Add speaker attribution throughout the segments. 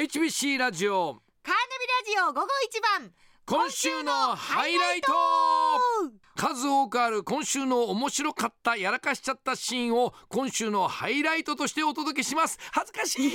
Speaker 1: HBC ラジオ
Speaker 2: カーナビラジオ午後一番
Speaker 1: 今週のハイライト数多くある今週の面白かったやらかしちゃったシーンを今週のハイライトとしてお届けします恥ずか しい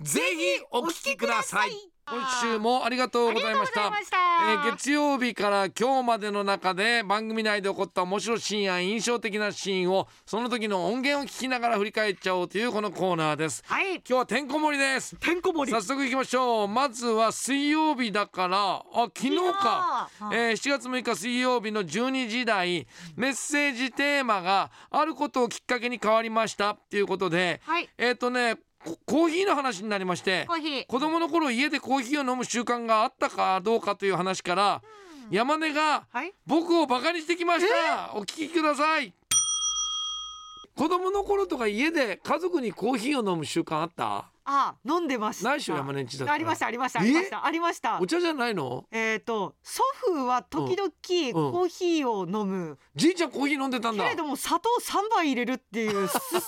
Speaker 1: ぜひお聞きください今週もありがとうございました
Speaker 2: ありがとうございました
Speaker 1: えー月曜日から今日までの中で番組内で起こった面白いシーンや印象的なシーンをその時の音源を聞きながら振り返っちゃおうというこのコーナーです
Speaker 2: はい
Speaker 1: 今日はてんこ盛りです
Speaker 2: てんこ盛り
Speaker 1: 早速いきましょうまずは水曜日だからあ昨日か
Speaker 2: 昨日
Speaker 1: えー7月6日水曜日の12時台メッセージテーマがあることをきっかけに変わりましたっていうことで、
Speaker 2: はい
Speaker 1: えっ、とねこコーヒーの話になりまして
Speaker 2: コーヒー
Speaker 1: 子供の頃家でコーヒーを飲む習慣があったかどうかという話から、山根が
Speaker 2: はい
Speaker 1: 僕をバカにしてきました、お聞きください子供の頃とか家で家族にコーヒーを飲む習慣あった
Speaker 2: あ飲んでました
Speaker 1: ないっしょ山根んちだったら
Speaker 2: ありましたありまし
Speaker 1: え
Speaker 2: たありましたありました
Speaker 1: お茶じゃないの
Speaker 2: えっ、と祖父は時々
Speaker 1: うんうん
Speaker 2: コーヒーを飲む、
Speaker 1: じいちゃんコーヒー飲んでたんだ
Speaker 2: けれども砂糖三杯入れるって いうすさま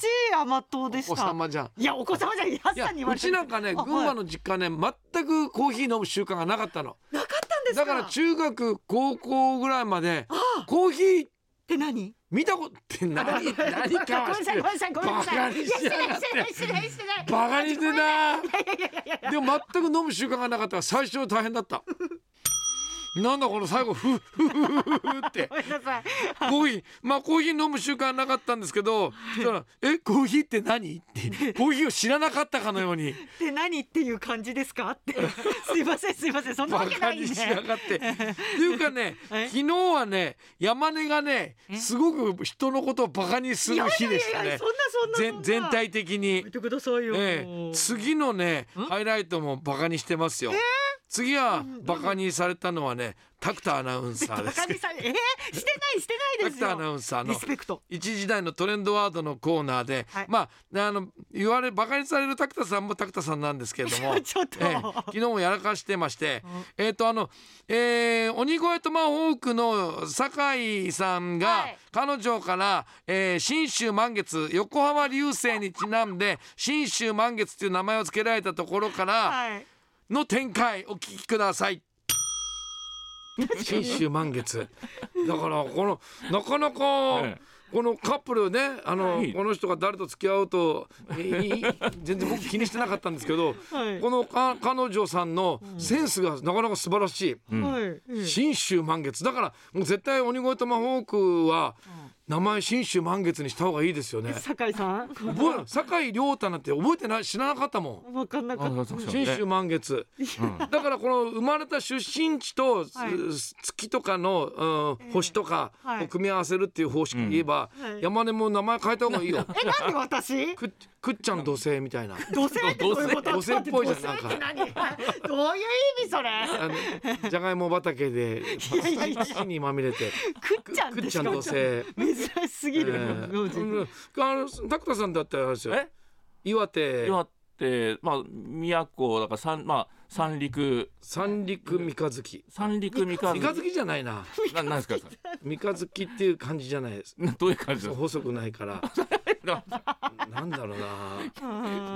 Speaker 2: じい甘党でし
Speaker 1: お子
Speaker 2: た
Speaker 1: 様じゃん
Speaker 2: いやお子様じゃんやっ
Speaker 1: い
Speaker 2: さ
Speaker 1: や
Speaker 2: んに言わ
Speaker 1: う
Speaker 2: れて
Speaker 1: ちなんかね
Speaker 2: あ
Speaker 1: 群馬の実家ね全くコーヒー飲む習慣がなかったの
Speaker 2: なかったんですか
Speaker 1: だから中学高校ぐらいまでコーヒー
Speaker 2: って何
Speaker 1: 見たことって何何か
Speaker 2: ごめんなさいごめんなさいごめんなさい
Speaker 1: バカにしやがって
Speaker 2: いやしてないしてないしてないしてない
Speaker 1: バカにしてんない
Speaker 2: やいやいやいやいや
Speaker 1: でも全く飲む習慣がなかったから最初は大変だったなんだこの最後 フッフッフッフッフッって
Speaker 2: ごめんなさい
Speaker 1: コーヒーまあコーヒー飲む習慣なかったんですけどそしたら「えコーヒーって何?」ってコーヒーを知らなかったかのように
Speaker 2: って何っていう感じですかって すいませんすいませんそんな
Speaker 1: バ
Speaker 2: わけな
Speaker 1: カ
Speaker 2: い
Speaker 1: に
Speaker 2: ね
Speaker 1: しやがって。っていうか ね
Speaker 2: え
Speaker 1: 昨日はね山根がねすごく人のことをバカにする日でした
Speaker 2: いやいや
Speaker 1: ね
Speaker 2: いやそんなそんなそん
Speaker 1: 全
Speaker 2: な
Speaker 1: 全体的に
Speaker 2: やめ。てくださいよ、
Speaker 1: ええ、次のね
Speaker 2: ん
Speaker 1: ハイライトもバカにしてますよ、次はバカにされたのはねタクタアナウンサー
Speaker 2: バ
Speaker 1: で
Speaker 2: カ
Speaker 1: す
Speaker 2: にされえー、してないしてない
Speaker 1: タ
Speaker 2: で
Speaker 1: ク
Speaker 2: すよ
Speaker 1: タアナウンサーの
Speaker 2: リスペクト
Speaker 1: 一時代のトレンドワードのコーナーで、
Speaker 2: はい
Speaker 1: まああの言われバカにされるタクタさんもタクタさんなんですけれ ども
Speaker 2: ちょっと、
Speaker 1: ええ昨日もやらかしてまして、えっ、とあの、えー鬼越トマホークの酒井さんが、
Speaker 2: はい
Speaker 1: 彼女から、えー新州満月横浜流星にちなんで新州満月という名前を付けられたところから
Speaker 2: はい
Speaker 1: の展開お聞きください。新州満月だからこのなかなか、
Speaker 3: ええ
Speaker 1: このカップルねあの、
Speaker 3: はい
Speaker 1: この人が誰と付き合うと、えーいい全然僕気にしてなかったんですけど、
Speaker 2: はい
Speaker 1: このか彼女さんのセンスがなかなか素晴らし
Speaker 3: うん
Speaker 2: はい、うん
Speaker 1: い新州満月だからもう絶対鬼越トマホークは名前新州満月にした方がいいですよね
Speaker 2: 酒井さん
Speaker 1: 覚え酒井亮太なんて覚えてない知らなかったもん
Speaker 2: 分かんなか
Speaker 3: あ
Speaker 2: っ
Speaker 3: そうそう
Speaker 1: 新州満月、 だからこの生まれた出身地と、
Speaker 2: い
Speaker 1: す月とかの、うん星とか
Speaker 2: はい
Speaker 1: を組み合わせるっていう方式で言えば、
Speaker 2: はい
Speaker 1: 山根も名前変えた方がい いよ
Speaker 2: たえなんで私
Speaker 1: くくっちゃん土星みたいな
Speaker 2: 土星ってどういうこ
Speaker 1: 土
Speaker 2: と
Speaker 1: 星っぽいじゃん
Speaker 2: ちょっと待って
Speaker 1: な
Speaker 2: 土星って何どういう意味それ
Speaker 1: あ のじゃがいも畑で
Speaker 2: いやいやいや
Speaker 1: 土にまみれて
Speaker 2: くっちゃん
Speaker 1: くっ
Speaker 2: で
Speaker 1: ち
Speaker 2: し
Speaker 1: ゃん
Speaker 2: ょ
Speaker 1: 土星え
Speaker 2: 珍しすぎる、
Speaker 1: ー
Speaker 2: 名字
Speaker 1: うんあの拓田さんだったらあれですよ
Speaker 3: え
Speaker 1: 岩手
Speaker 3: 岩手まあ宮古だから三まあ三陸
Speaker 1: 三陸三日月
Speaker 3: 三陸三日
Speaker 1: 三日月じゃないな
Speaker 3: ななんですかそれ
Speaker 1: 三日月っていう感じじゃないです
Speaker 3: などういう感じですか
Speaker 1: 細くないからなんだろうな
Speaker 2: う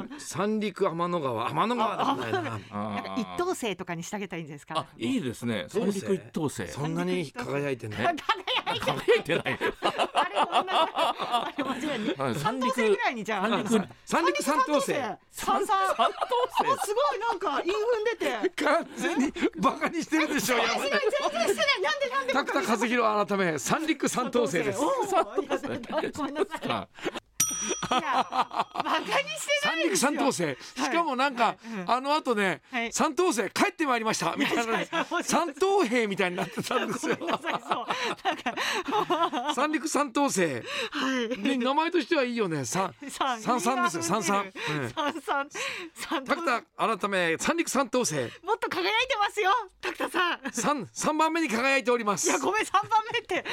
Speaker 2: ん
Speaker 1: 三陸天の川天の川じゃないな
Speaker 2: なんか一等星とかにしてあげたらいいんじゃないです
Speaker 3: あ
Speaker 2: か。
Speaker 3: いいですね
Speaker 1: どう
Speaker 3: 三
Speaker 1: せ
Speaker 3: 陸一等星
Speaker 1: そんなに輝いてない
Speaker 2: 輝いてる。
Speaker 3: 輝いてない
Speaker 2: あれごめんなさいあれ間違い
Speaker 3: は
Speaker 2: ないい。三
Speaker 3: 三
Speaker 2: 等
Speaker 3: 陸
Speaker 2: 星ぐらいにじゃあ。
Speaker 3: 三陸三
Speaker 1: 三陸三等星
Speaker 2: 三
Speaker 3: 三
Speaker 2: 三。あ
Speaker 3: 等星
Speaker 2: すごいなんか陰雲出て。
Speaker 1: 完全にバカにしてるでしょ山根
Speaker 2: 全然してない。なんでなんで。
Speaker 1: 拓田和弘改め三陸三等星です
Speaker 2: おー
Speaker 3: 三等星
Speaker 2: いやごめんなさい。いや
Speaker 3: か
Speaker 2: バカにして
Speaker 1: 三
Speaker 2: ない
Speaker 1: 陸
Speaker 2: ですよ。
Speaker 1: 三等星、しかもなんか、あの後ね、
Speaker 2: はい
Speaker 1: 三等星帰ってまいりましたみたいなね
Speaker 2: いやいやもう
Speaker 1: 三等兵みたいになってたんですよ
Speaker 2: ごめんなさい そうなんか
Speaker 1: 三陸三等星、 ね名前としてはいいよね三
Speaker 2: 三
Speaker 1: 三三ですよ三三、うん
Speaker 2: 三三三
Speaker 1: タクタ改め三陸三等星
Speaker 2: もっと輝いてますよタクタ さんい
Speaker 1: 三三番目に輝いております
Speaker 2: やごめん三番目って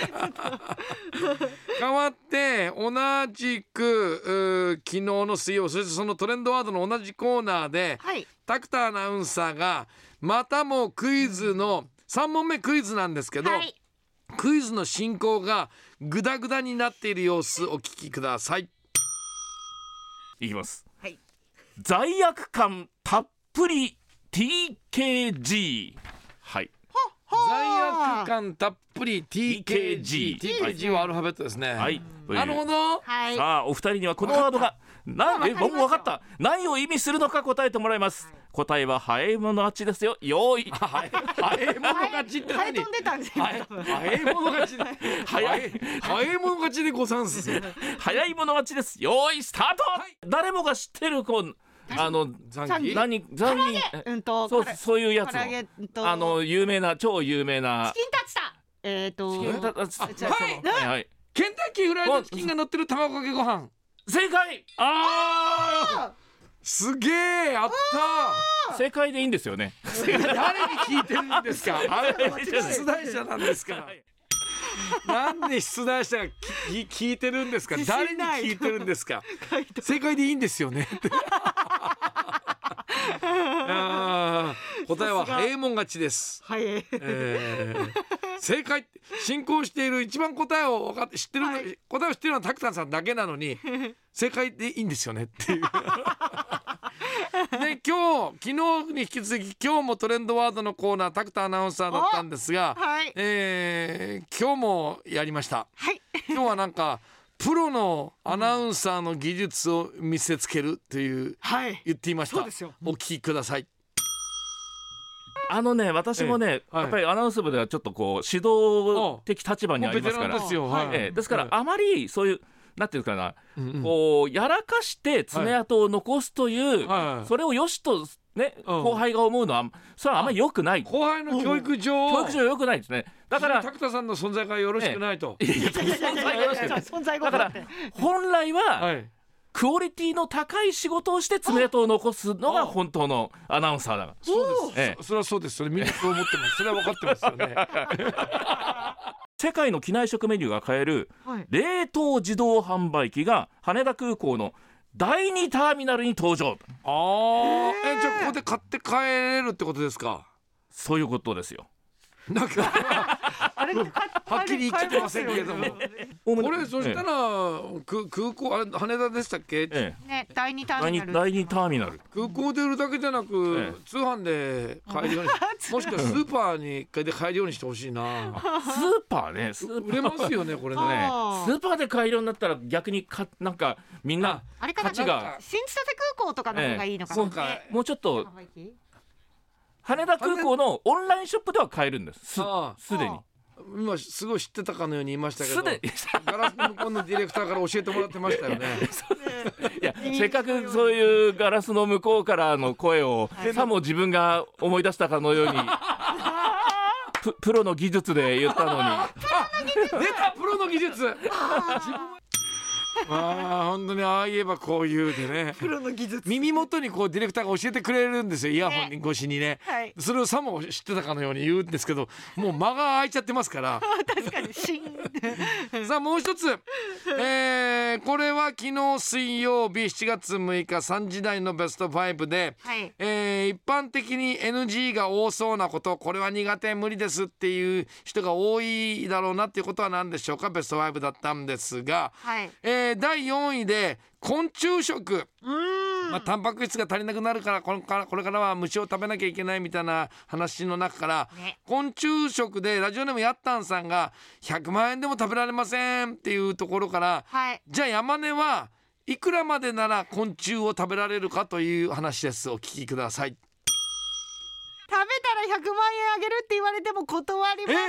Speaker 1: 変わって同じくうー昨日の水曜そしてそのトレンドワードの同じコーナーで、
Speaker 2: はい
Speaker 1: タクタアナウンサーがまたもクイズの3問目クイズなんですけど、
Speaker 2: はい
Speaker 1: クイズの進行がグダグダになっている様子お聞きください
Speaker 3: いきます
Speaker 2: はい
Speaker 3: 罪悪感ぷり TKG はい
Speaker 1: 罪悪感たっぷり TKG
Speaker 3: TKG はい
Speaker 1: TKG はアルファベットですね、
Speaker 3: はいという
Speaker 1: なるほど
Speaker 4: はい。
Speaker 3: さあお二人にはこのワードがなんえ
Speaker 4: わかりました
Speaker 3: 僕分かった何を意味するのか答えてもらいます答えは早い者勝ちですよ用意
Speaker 1: はい早い者勝ちって
Speaker 2: ハエ
Speaker 1: 何
Speaker 2: 飛んでたんですよ。多分
Speaker 1: 早い者勝ちで
Speaker 3: 早い
Speaker 1: 早い者勝ちでござんす
Speaker 3: 早い者勝ちです用意スタート、誰もが知ってるこうあの
Speaker 1: 残
Speaker 2: 残
Speaker 1: 機
Speaker 3: 何残忍
Speaker 2: うんと、
Speaker 3: そう
Speaker 2: から
Speaker 3: そういうやつ
Speaker 2: 唐揚げ
Speaker 3: の
Speaker 2: と、
Speaker 3: あの有名な超有名な
Speaker 4: チキンタツタ。
Speaker 2: えっと、
Speaker 1: キン
Speaker 3: ああ
Speaker 2: じゃ
Speaker 1: あ
Speaker 3: その
Speaker 2: はい
Speaker 3: はい
Speaker 1: ケンタッキーフライドチキンが乗ってる卵かけご飯
Speaker 3: 正解あ
Speaker 1: すげえあっ
Speaker 3: あ正解でいいんですよね
Speaker 1: た 誰に聞いてるんです かあれ出題者なんですからなんで出題者が聞聞いてるんですか
Speaker 2: 自
Speaker 1: 誰
Speaker 2: 信
Speaker 1: に
Speaker 2: ない
Speaker 1: 聞いてるんですか
Speaker 2: 回答
Speaker 1: 正解でいいんですよねあー答えは
Speaker 2: さすが
Speaker 1: 早い者勝ちです、
Speaker 2: ハエ。
Speaker 1: えー正解進行している一番答えを分かって知ってる、
Speaker 2: はい
Speaker 1: 答えを知ってるのはタクタンさんだけなのに正解でいいんですよねって いう。ね、今日昨日に引き続き今日もトレンドワードのコーナータクタアナウンサーだったんですが、
Speaker 2: はい。
Speaker 1: えー今日もやりました。
Speaker 2: はい。
Speaker 1: 今日はなんかプロのアナウンサーの技術を見せつけるという
Speaker 2: はい。
Speaker 1: 言っていました。
Speaker 2: そうですよ
Speaker 1: お聞きください。
Speaker 3: あのね私もね、
Speaker 1: はい
Speaker 3: やっぱりアナウンス部ではちょっとこう指導的立場に
Speaker 1: も
Speaker 3: あ
Speaker 1: うベ
Speaker 3: りま
Speaker 1: テ
Speaker 3: す
Speaker 1: ラ
Speaker 3: か
Speaker 1: ン
Speaker 3: ら
Speaker 1: ですよ。
Speaker 2: はい
Speaker 1: はい
Speaker 3: ええですから
Speaker 1: はい
Speaker 3: あまりそういうなんていうかな、
Speaker 1: うんうん
Speaker 3: こうやらかして爪痕を残すという、
Speaker 1: はい
Speaker 3: それをよしとね、
Speaker 1: うん
Speaker 3: 後輩が思うのはそれはあんまり良くない教
Speaker 1: 後輩の教育上、
Speaker 3: 育上良くないですねだから
Speaker 1: 拓田さんの存在がよろしくないと。
Speaker 3: いやいやいやいやいやいや
Speaker 2: 存在
Speaker 3: だ
Speaker 2: ご
Speaker 3: か
Speaker 2: と
Speaker 3: ら
Speaker 2: って。
Speaker 3: 本来は、
Speaker 1: はい。
Speaker 3: クオリティの高い仕事をして爪痕を残すのが本当のアナウンサーだから。
Speaker 1: そうです
Speaker 3: ええ。
Speaker 1: そそれはそうです。それみんなそう思ってます。それは分かってますよね。
Speaker 3: 世界の機内食メニューが買える
Speaker 2: はい。
Speaker 3: 冷凍自動販売機が羽田空港の第2ターミナルに登場
Speaker 1: ああ、
Speaker 2: え
Speaker 1: え、じゃあここで買って帰れるってことですか。
Speaker 3: そういうことですよ
Speaker 1: なんか
Speaker 2: あれ、は
Speaker 1: はっきり言っちゃってませんけれ ども
Speaker 3: こ
Speaker 1: これそしたら、く空港あれ羽田でしたっけ？
Speaker 3: ええ
Speaker 4: ね、第二ター
Speaker 3: 第
Speaker 4: ミナル。
Speaker 3: 2第二ターミナ ル
Speaker 1: 空港で売るだけじゃな
Speaker 3: え
Speaker 1: く、
Speaker 3: え
Speaker 1: 通販で買える ように、もしくはスーパーに一回で買えるようにしてほしいな。
Speaker 3: スーパーねスー
Speaker 1: 売れますよねこれね。
Speaker 3: ね
Speaker 2: あー
Speaker 3: スーパーで買えるようになったら逆にかなんかみんな
Speaker 4: あれかな
Speaker 3: 価値が
Speaker 4: 新千歳空港とかの方がいいのかな。
Speaker 1: そうか。
Speaker 3: もうちょっと
Speaker 4: ね。
Speaker 3: 羽田空港のオンラインショップでは買えるんですす
Speaker 1: あ
Speaker 3: すでに
Speaker 4: あ
Speaker 1: 今すごい知ってたかのように言いましたけ
Speaker 3: す
Speaker 1: ど。
Speaker 3: で に
Speaker 1: ガラスの向こうのディレクターから教えてもらってましたよ ね。
Speaker 3: いやせっかくそういうガラスの向こうからの声をさも自分が思い出したかの ようにププロの技術で言ったのに
Speaker 1: 出たプロの技術。ああ本当にああ言えばこう言うでね。
Speaker 2: プロの技術。
Speaker 1: 耳元にこうディレクターが教えてくれるんですよイヤホン越しにね。
Speaker 2: はい。
Speaker 1: それをさも知ってたかのように言うんですけどもう間が空いちゃってますから
Speaker 2: 確かに、シーン。
Speaker 1: さあもう一つ、えーこれは昨日水曜日7月6日3時台のベスト5で、
Speaker 4: はい。
Speaker 1: えー一般的に NG が多そうなことこれは苦手無理ですっていう人が多いだろうなっていうことは何でしょうかベスト5だったんですが、
Speaker 4: はい。
Speaker 1: えー第4位で昆虫食。
Speaker 2: うーん。
Speaker 1: まあ、タンパク質が足りなくなるからこれからこれからは虫を食べなきゃいけないみたいな話の中から、
Speaker 4: ね
Speaker 1: 昆虫食でラジオネームやったんさんが100万円でも食べられませんっていうところから
Speaker 4: はい。
Speaker 1: じゃあ山根はいくらまでなら昆虫を食べられるかという話ですお聞きください
Speaker 2: 食べたら100万円あげるって言われても断ります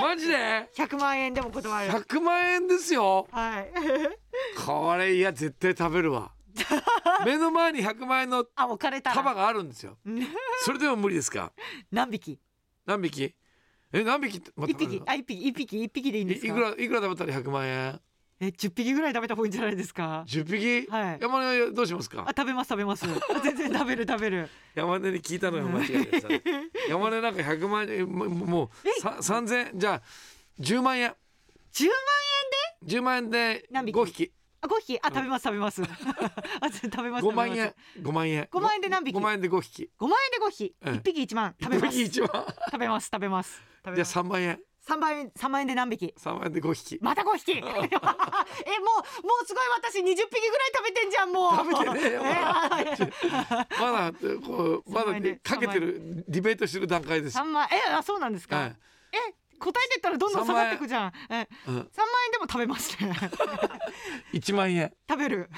Speaker 1: マジで
Speaker 2: 100万円でも断る
Speaker 1: 100万円ですよ
Speaker 2: はい
Speaker 1: これいや絶対食べる わ目の前に100万円の
Speaker 2: あ置かれたら
Speaker 1: 束があるんですよ
Speaker 2: うん
Speaker 1: それでも無理ですか
Speaker 2: 何匹
Speaker 1: 何匹え何匹って待っ
Speaker 2: 一
Speaker 1: て待っ
Speaker 2: 匹
Speaker 1: て
Speaker 2: あ一匹一匹一匹でいいん
Speaker 1: い
Speaker 2: ですか
Speaker 1: いくらいくら食べたら100万円
Speaker 2: え十匹ぐらい食べた方がいいんじゃないで すか
Speaker 1: 10匹、
Speaker 2: はい
Speaker 1: 山根はどうします
Speaker 2: あ
Speaker 1: か
Speaker 2: 食べます食べます全然食べる食べる
Speaker 1: 山根に聞いたのよ間違いでさ 山根なんか100万円ももうさ3000じゃあ10万円
Speaker 2: 10万円
Speaker 1: 10万円で
Speaker 2: 何匹
Speaker 1: 5匹
Speaker 2: あ5匹あ食べます食べ ますあ全然食べます
Speaker 1: 5万
Speaker 2: 食べま
Speaker 1: 円
Speaker 2: す
Speaker 1: 5万円
Speaker 2: 5万円で何匹
Speaker 1: 5万円で5匹
Speaker 2: 5万円で5匹
Speaker 1: うん
Speaker 2: 一匹一万食べ
Speaker 1: 1
Speaker 2: ます
Speaker 1: 匹1万
Speaker 2: 食べます食べます
Speaker 1: じ
Speaker 2: 食べ
Speaker 1: ゃあ
Speaker 2: ます
Speaker 1: 3万円
Speaker 2: 三万円三万円で何匹？
Speaker 1: 3万円で5匹
Speaker 4: また5匹えもうもうすごい私20匹ぐらい食べてんじゃんもう
Speaker 1: 食べてねえよ
Speaker 4: ね
Speaker 1: まだこうまだ
Speaker 2: 三万円で
Speaker 1: かけてるディベートしてる段階です、
Speaker 2: 三万えあそうなんですか。
Speaker 1: はい
Speaker 2: え答えてったらどんどん下がってくじゃん。え
Speaker 1: うん、
Speaker 2: 三万円でも食べますね。
Speaker 1: 1万円
Speaker 2: 食べる。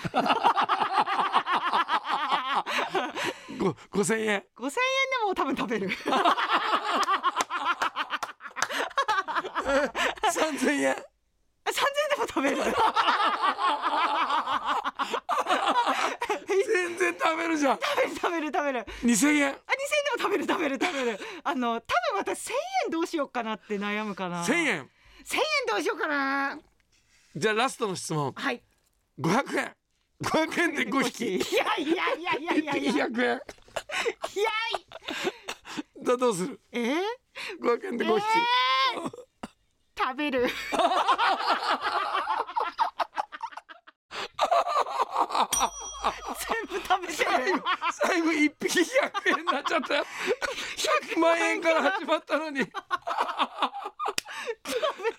Speaker 1: ご5000円
Speaker 2: 五千円でも多分食べる。
Speaker 1: 3000円
Speaker 2: 三千円でも食べる。
Speaker 1: 全然食べるじゃん
Speaker 2: 食べる食べる。
Speaker 1: 2000円
Speaker 2: あ二千円でも食べる食べる食べる。あの多分私千円どうしようかなって悩むかな。
Speaker 1: 1000。円
Speaker 2: 千円どうしようかな。
Speaker 1: じゃあラストの質問
Speaker 2: はい。
Speaker 1: 500円500円で5匹
Speaker 2: いやいやいやいやいやいや。
Speaker 1: 200円
Speaker 2: いや
Speaker 1: だどうする
Speaker 2: えー、
Speaker 1: 500円で5匹、
Speaker 4: 食べ る
Speaker 2: 全部食べてる。
Speaker 1: 最後1匹100円になっちゃったよ100万円から始まったのに
Speaker 2: 食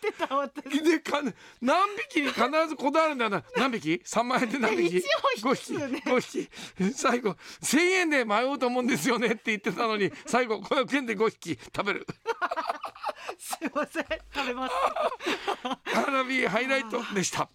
Speaker 2: べてた私。
Speaker 1: でか何匹に必ずこだわるんだよな何匹 ?3 万円で何匹
Speaker 2: 一応
Speaker 1: 5
Speaker 2: 一つ
Speaker 1: 匹
Speaker 2: ね
Speaker 1: 5匹最後1,000円で迷うと思うんですよねって言ってたのに最後500円で5匹食べる
Speaker 2: すいません。食べます。
Speaker 1: 花火ハイライトでした。